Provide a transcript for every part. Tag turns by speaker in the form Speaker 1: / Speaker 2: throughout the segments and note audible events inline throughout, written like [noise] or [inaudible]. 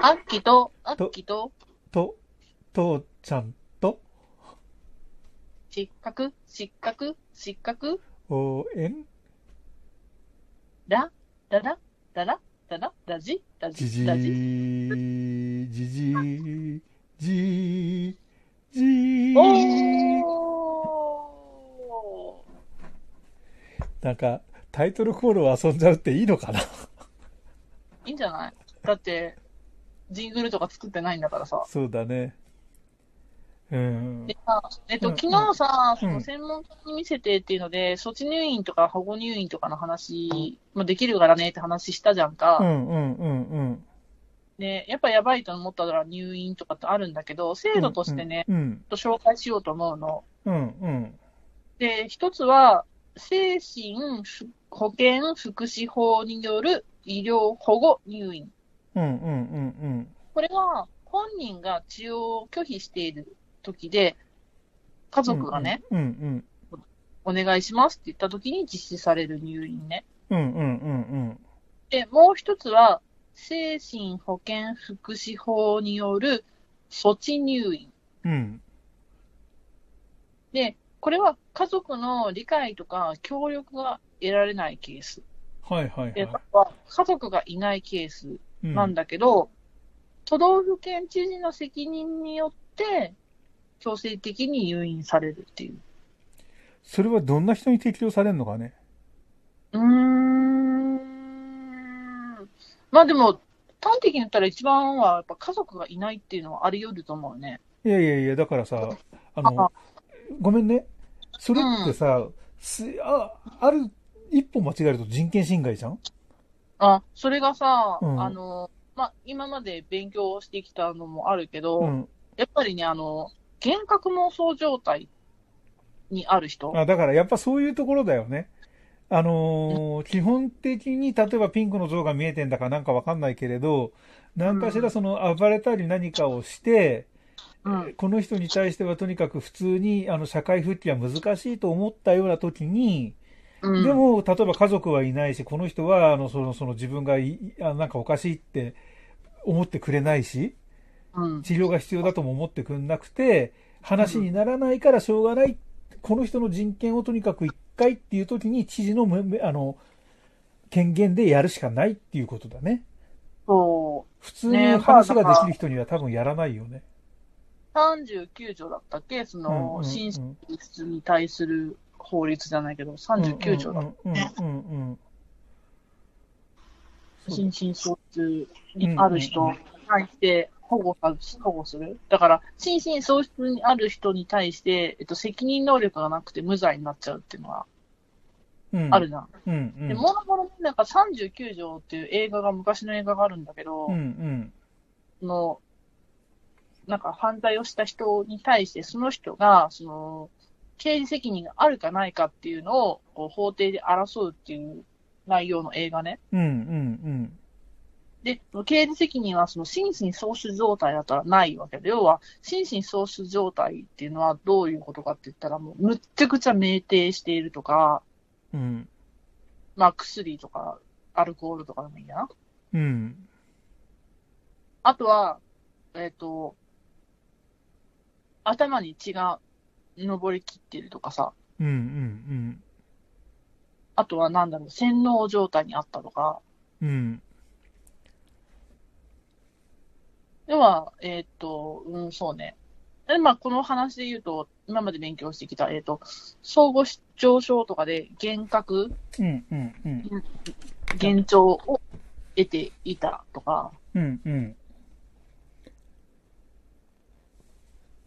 Speaker 1: あっきと、あっきと、
Speaker 2: と、父ちゃんと
Speaker 1: 失格、失格、失格、
Speaker 2: 応援
Speaker 1: ら、らら、らら、らら、らじ、ら
Speaker 2: じ
Speaker 1: じ、
Speaker 2: じ
Speaker 1: らじ。
Speaker 2: ーじじーじーじー
Speaker 1: おー
Speaker 2: なんかタイトルコールを遊んじゃうっていいのかない [laughs]
Speaker 1: いんじゃないだって、ジングルとか作ってないんだからさ。
Speaker 2: そうだねうん
Speaker 1: でさ、えっと、
Speaker 2: うん
Speaker 1: 昨日さ、
Speaker 2: うん
Speaker 1: その専門家に見せてっていうので、措置入院とか保護入院とかの話、まあ、できるからねって話したじゃんか。
Speaker 2: うんうんうんうん
Speaker 1: で、やっぱやばいと思ったら入院とかってあるんだけど、制度としてね、
Speaker 2: うん
Speaker 1: ちょっと紹介しようと思うの。
Speaker 2: うんうん
Speaker 1: で、一つは、精神ふ保健福祉法による医療保護入院。
Speaker 2: うんうんうん
Speaker 1: これは本人が治療を拒否している時で、家
Speaker 2: うん
Speaker 1: 族がね、
Speaker 2: うんうん
Speaker 1: お願いしますって言った時に実施される入院ね。
Speaker 2: うんうんうん
Speaker 1: で、もう一つは、精神保健福祉法による措置入院。
Speaker 2: うんうん
Speaker 1: で、これは家族の理解とか協力が得られないケース。
Speaker 2: はいはい
Speaker 1: で
Speaker 2: は
Speaker 1: 家族がいないケース
Speaker 2: い
Speaker 1: なんだけど、都道府県知事の責任によって強制的に入院されるっていう。
Speaker 2: それはどんな人に適用されるのかね
Speaker 1: うーん。まあでも、端的に言ったら一番はやっぱ家族がいないっていうのはあり得ると思うね。
Speaker 2: いやいやいやだからさあの
Speaker 1: あ
Speaker 2: ごめんね。それってさ、すあある一歩間違えると人権侵害じゃん
Speaker 1: あ、それがさ、
Speaker 2: うん
Speaker 1: あの、まあ、今まで勉強してきたのもあるけど、
Speaker 2: うん。
Speaker 1: やっぱりね、あの、幻覚妄想状態にある人。
Speaker 2: あだからやっぱそういうところだよね。あのー基本的に例えばピンクの像が見えてんだかなんかわかんないけれど、何かしらその暴れたり何かをして、
Speaker 1: うん。
Speaker 2: この人に対してはとにかく普通にあの社会復帰は難しいと思ったような時に、
Speaker 1: うん、
Speaker 2: でも、例えば家族はいないし、この人は、あの、その、その自分がい、あなんかおかしいって思ってくれないし、
Speaker 1: うん、
Speaker 2: 治療が必要だとも思ってくれなくて、話にならないからしょうがない、この人の人権をとにかく一回っていう時に、知事のめ、めあの、権限でやるしかないっていうことだね。
Speaker 1: そう。
Speaker 2: 普通に
Speaker 1: ねえ
Speaker 2: 話ができる人には多分やらないよね。
Speaker 1: 39条だったっけそ
Speaker 2: うんうんう
Speaker 1: の、
Speaker 2: ん
Speaker 1: 心身に対する法律じゃないけど、39条だ。
Speaker 2: うんうんうんうんうんそう
Speaker 1: 心身喪失にある人に対して保護さ保護する。だから、心身喪失にある人に対して、えっと、責任能力がなくて無罪になっちゃうっていうのは
Speaker 2: うん
Speaker 1: あるじゃん。
Speaker 2: うんうん。
Speaker 1: で、もろもろねなんか39条っていう映画が、昔の映画があるんだけど、
Speaker 2: うんうん。
Speaker 1: その、なんか犯罪をした人に対して、その人が、その、刑事責任があるかないかっていうのを、こう法廷で争うっていう内容の映画ね。
Speaker 2: うんうん
Speaker 1: で、刑事責任は、その、心神喪失状態だったらないわけで、要は、心神喪失状態っていうのはどういうことかって言ったら、もう、むっちゃくちゃ酩酊しているとか、
Speaker 2: うん。うん。
Speaker 1: まあ、薬とか、アルコールとかでもいいやな。
Speaker 2: うん。
Speaker 1: あとは、えっ、と、頭に血が上りきってるとかさ、
Speaker 2: うんうん
Speaker 1: あとはなんだろう、洗脳状態にあったとか、
Speaker 2: うんうん
Speaker 1: 要は、えっ、と、うん、そうね。で、まあ、この話で言うと、今まで勉強してきた、えっ、と、相互失調症とかで幻覚、
Speaker 2: うんうんうん
Speaker 1: 幻聴を得ていたとか、
Speaker 2: うんうん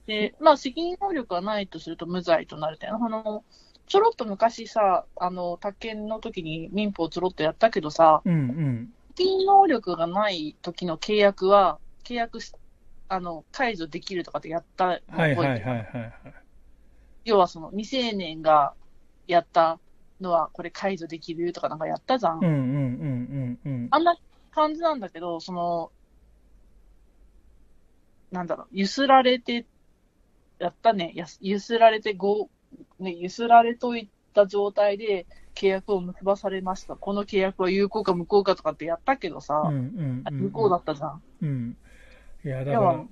Speaker 1: で、まあ、責任能力がないとすると無罪となるみたいな。あの、ちょろっと昔さ、あの、宅建の時に民法ちょろっとやったけどさ、
Speaker 2: うんうん
Speaker 1: 責任能力がない時の契約は、契約し、あの、解除できるとかってやったの覚えてる
Speaker 2: はいはいはいはいはい
Speaker 1: 要はその未成年がやったのはこれ解除できるとかなんかやったじゃん。
Speaker 2: うんうんうんうんうん
Speaker 1: あんな感じなんだけど、その、なんだろう、ゆすられて、やったね、やすゆすられてご、ね、ゆすられといた状態で契約を結ばされました。この契約は有効か無効かとかってやったけどさ、
Speaker 2: うんうんうん
Speaker 1: 無効だったじゃん。
Speaker 2: うんいや、
Speaker 1: い
Speaker 2: だ
Speaker 1: や、
Speaker 2: か
Speaker 1: うん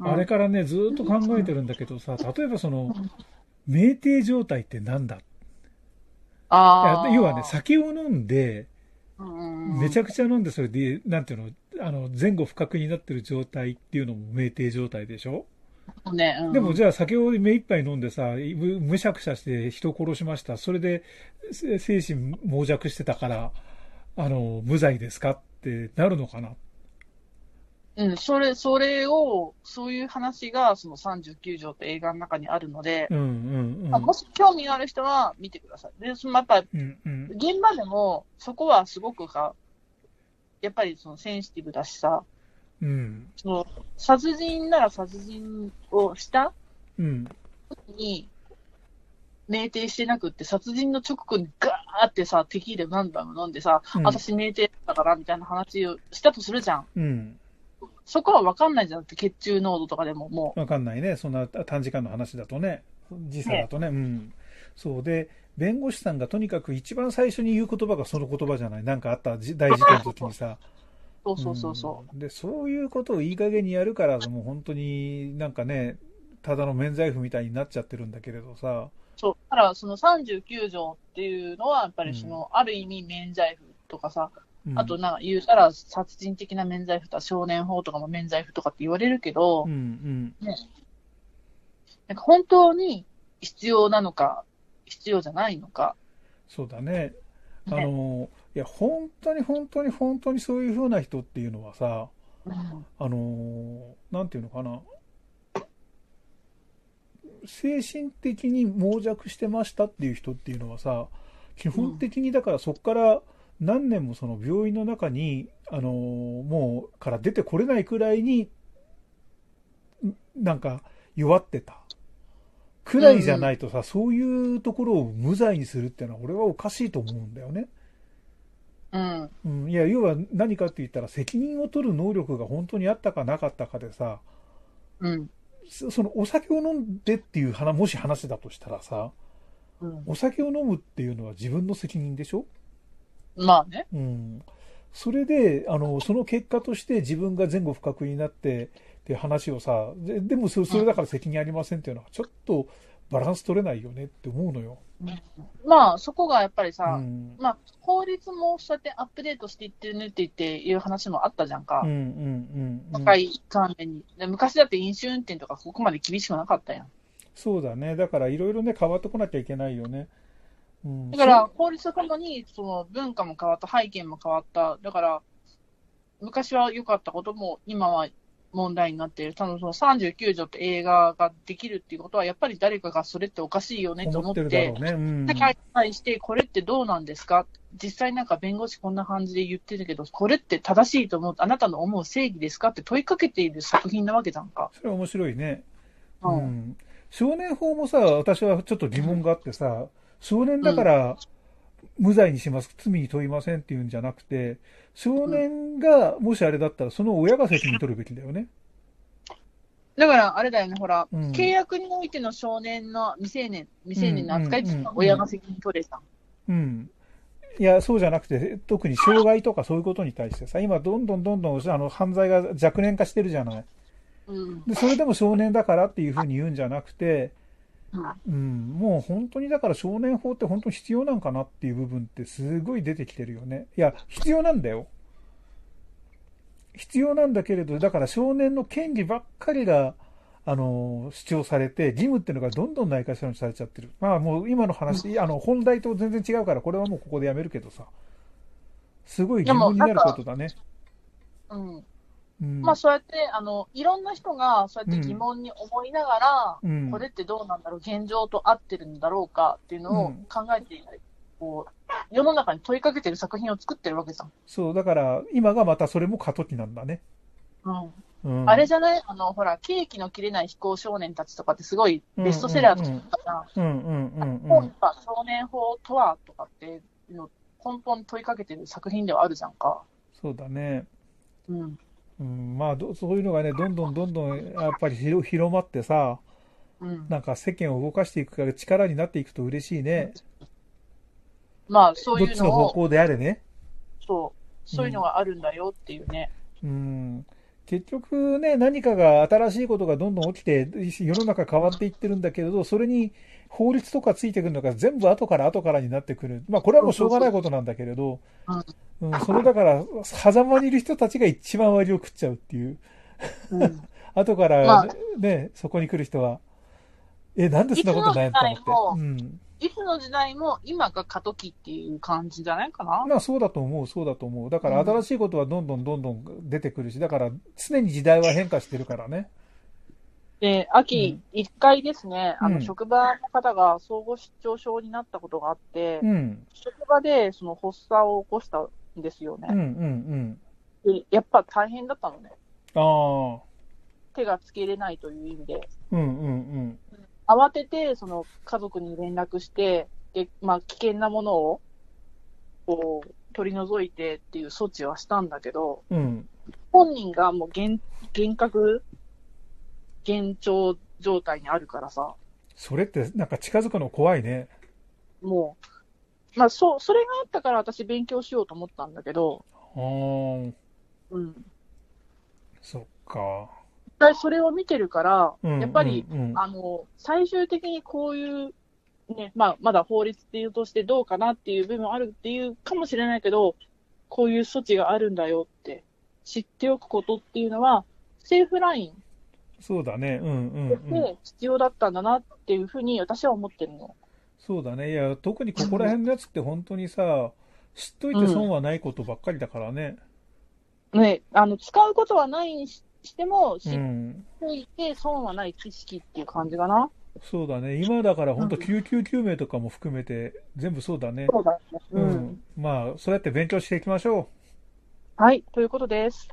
Speaker 2: ら、あれからね、ずーっと考えてるんだけどさ、例えばその、酩酊状態ってなんだい
Speaker 1: あ
Speaker 2: や
Speaker 1: ー
Speaker 2: 要はね、酒を飲んで、めち
Speaker 1: ゃ
Speaker 2: ゃくちゃ飲んで、それで、なんていうの、あの、前後不覚になってる状態っていうのも酩酊状態でしょ
Speaker 1: くね、うん
Speaker 2: でもじゃあ酒を目いっぱい飲んでさ、むむしゃくしゃして人殺しました。それでせ精神傍弱してたから、あの、無罪ですかってなるのかな。
Speaker 1: うん、それ、それを、そういう話が、その39条って映画の中にあるので、
Speaker 2: うんうんうん。
Speaker 1: あもし興味がある人は見てください。で、そのやっぱ、
Speaker 2: うんうん。
Speaker 1: 現場でも、そこはすごくか、やっぱりそのセンシティブだしさ、
Speaker 2: うん。
Speaker 1: その、殺人なら殺人をした
Speaker 2: うん。
Speaker 1: 時に、酩酊してなくって、殺人の直後にガーってさ、テキーラなんだの飲んでさ、
Speaker 2: うん
Speaker 1: 私酩酊だったから、みたいな話をしたとするじゃん。
Speaker 2: うん。
Speaker 1: そこは分かんないじゃんって、血中濃度とかでももう。
Speaker 2: わかんないね。そんな短時間の話だとね。時差だとね。うん。そうで、弁護士さんがとにかく一番最初に言う言葉がその言葉じゃない。なんかあったじ大事件の時にさ。
Speaker 1: そうそうそうそう。
Speaker 2: うんで、そういうことをいい加減にやるから、もう本当になんかね、ただの免罪符みたいになっちゃってるんだけれどさ、
Speaker 1: そう。だから、その39条っていうのは、やっぱりその、ある意味免罪符とかさ、
Speaker 2: うん
Speaker 1: あと、なんか言うたら、殺人的な免罪符とか、少年法とかも免罪符とかって言われるけど、
Speaker 2: うんうん、
Speaker 1: なんか本当に必要なのか、必要じゃないのか。
Speaker 2: そうだね。あ
Speaker 1: ね
Speaker 2: の、いや、本当に本当に本当にそういう風な人っていうのはさ、
Speaker 1: うん
Speaker 2: あの、なんていうのかな、精神的に傍弱してましたっていう人っていうのはさ、基本的にだからそこから何年もその病院の中に、あのもうから出てこれないくらいに、んなんか弱ってた。くらいじゃないとさ、そういうところを無罪にするっていうのは俺はおかしいと思うんだよね。
Speaker 1: うん。
Speaker 2: うん、いや、要は何かって言ったら責任を取る能力が本当にあったかなかったかでさ、
Speaker 1: うん。
Speaker 2: そそのお酒を飲んでっていう話、もし話だとしたらさ、
Speaker 1: うん。
Speaker 2: お酒を飲むっていうのは自分の責任でしょ
Speaker 1: まあね。
Speaker 2: うん。それで、あの、その結果として自分が前後不覚になってっていう話をさ、で、でもそそれだから責任ありませんっていうのはちょっとバランス取れないよねって思うのよ。
Speaker 1: まあ、そこがやっぱり
Speaker 2: う
Speaker 1: さ、
Speaker 2: ん。
Speaker 1: まあ、法律もそうやってアップデートしていってるねって言っていう話もあったじゃんか
Speaker 2: うんう。んうんうん。
Speaker 1: 若い関連に。で昔だって飲酒運転とかここまで厳しくなかったやん。
Speaker 2: そうだね。だからいろいろね、変わってこなきゃいけないよね。うん。
Speaker 1: だから、法律とともに、その文化も変わった、背景も変わった。だから、昔は良かったことも、今は問題になっている。多分その39条って映画ができるっていうことは、やっぱり誰かがそれっておかしいよねと
Speaker 2: 思
Speaker 1: 思
Speaker 2: っ
Speaker 1: ってて、
Speaker 2: るだろうね。うん。
Speaker 1: 世界に対して、これってどうなんですか実際なんか弁護士こんな感じで言ってるけど、これって正しいと思う、あなたの思う正義ですかって問いかけている作品なわけじゃんか。
Speaker 2: それは面白いね。
Speaker 1: う。
Speaker 2: うんん少年法もさ、私はちょっと疑問があってさ、少年だから無罪にします、罪に問いませんっていうんじゃなくて、少年がもしあれだったら、その親が責任取るべきだよね。
Speaker 1: だから、あれだよね、ほら、
Speaker 2: うん
Speaker 1: 契約においての少年の未成年、未成年の扱いっていうのは
Speaker 2: うんうんうん
Speaker 1: 親が責任取れた。
Speaker 2: うん。いや、そうじゃなくて、特に障害とかそういうことに対してさ、今どんどんどんどんあの犯罪が若年化してるじゃない。
Speaker 1: うん。
Speaker 2: で、それでも少年だからっていうふうに言うんじゃなくて、うん、もう本当にだから少年法って本当に必要なんかなっていう部分ってすごい出てきてるよね。いや、必要なんだよ。必要なんだけれど、だから少年の権利ばっかりが、あの、主張されて、義務っていうのがどんどんないがしろにされちゃってる。まあもう今の話、あの、本題と全然違うから、これはもうここでやめるけどさ。すごい義務になることだね。
Speaker 1: うん。
Speaker 2: うん。
Speaker 1: まあ、そうやって、あの、いろんな人が、そうやって疑問に思いなが
Speaker 2: う
Speaker 1: ら、
Speaker 2: ん
Speaker 1: これってどうなんだろう、現状と合ってるんだろうかっていうの
Speaker 2: う
Speaker 1: を
Speaker 2: ん
Speaker 1: 考えて、こう、世の中に問いかけてる作品を作ってるわけじゃん。
Speaker 2: そう、だから今がまたそれも過渡期なんだね。
Speaker 1: うん。
Speaker 2: うん。
Speaker 1: あれじゃないあの、ほら、ケーキの切れない非行少年たちとかってすごいベストセラーとかだったじゃん
Speaker 2: うんうんうんうん。
Speaker 1: 本やっぱ少年法とはとかっていうのを根本に問いかけてる作品ではあるじゃんか。
Speaker 2: そうだね。
Speaker 1: うん。
Speaker 2: うん、まあど、そういうのがね、どんどんどんどんやっぱり広、広まってさ、
Speaker 1: うん、
Speaker 2: なんか世間を動かしていくから力になっていくと嬉しいね。
Speaker 1: まあ、そう
Speaker 2: どっ
Speaker 1: いう
Speaker 2: ちの
Speaker 1: の
Speaker 2: 方
Speaker 1: を、
Speaker 2: 向であれね。
Speaker 1: そう、そういうのがあるんだよっていうね。
Speaker 2: うん。結局ね、何かが新しいことがどんどん起きて、世の中変わっていってるんだけれど、それに法律とかついてくるのが全部後から後からになってくる。まあこれはもうしょうがないことなんだけれど、うん、そのだから、狭間にいる人たちが一番割を食っちゃうっていう。
Speaker 1: [laughs] うん
Speaker 2: 後か
Speaker 1: ま
Speaker 2: ら
Speaker 1: あ
Speaker 2: ね、ねそこに来る人は、え、なんでそんなことないのと
Speaker 1: いつの時代も
Speaker 2: 思って。うん。
Speaker 1: いつの時代も今が過渡期っていう感じじゃないかな。
Speaker 2: まあそうだと思う、そうだと思う。だから新しいことはどんどんどんどん出てくるし、だから常に時代は変化してるからね。
Speaker 1: で、秋一回ですね、あ
Speaker 2: う
Speaker 1: の、
Speaker 2: ん
Speaker 1: 職場の方が相互失調症になったことがあって、
Speaker 2: うん。
Speaker 1: 職場でその発作を起こしたんですよ
Speaker 2: うんうん
Speaker 1: ね。
Speaker 2: うん。
Speaker 1: で、やっぱ大変だったのね。
Speaker 2: ああ。
Speaker 1: 手がつけれないという意味で。
Speaker 2: うんうん
Speaker 1: 慌てて、その家族に連絡して、で、まあ、危険なものを、こう、取り除いてっていう措置はしたんだけど、
Speaker 2: うん。うん。
Speaker 1: 本人がもう幻、幻覚、幻聴状態にあるからさ、
Speaker 2: それってなんか近づくの怖いね。
Speaker 1: もう、まあ、そう、それがあったから私勉強しようと思ったんだけど、
Speaker 2: ああ。
Speaker 1: うん。
Speaker 2: そっか。
Speaker 1: 一回それを見てるから、
Speaker 2: うん
Speaker 1: やっぱり、、
Speaker 2: うんうん
Speaker 1: あの、最終的にこういう、ね、まあ、まだ法律っていうとしてどうかなっていう部分もあるっていうかもしれないけど、こういう措置があるんだよって知っておくことっていうのは、セーフライン
Speaker 2: そうだね。うんうん
Speaker 1: とし
Speaker 2: うん。
Speaker 1: て必要だったんだなっていうふうに私は思ってるの。
Speaker 2: そうだね。いや、特にここら辺のやつって本当にさ、知っといて損はないことばっかりだからね。
Speaker 1: ね、あの、使うことはないにししても、知
Speaker 2: う
Speaker 1: っ
Speaker 2: ん。
Speaker 1: といて損はない知識っていう感じかな。
Speaker 2: そうだね。今だから本当
Speaker 1: うん
Speaker 2: 救急救命とかも含めて全部そうだね。
Speaker 1: そうだね。う。
Speaker 2: うんん。まあ、そうやって勉強していきましょう。
Speaker 1: はい、ということです。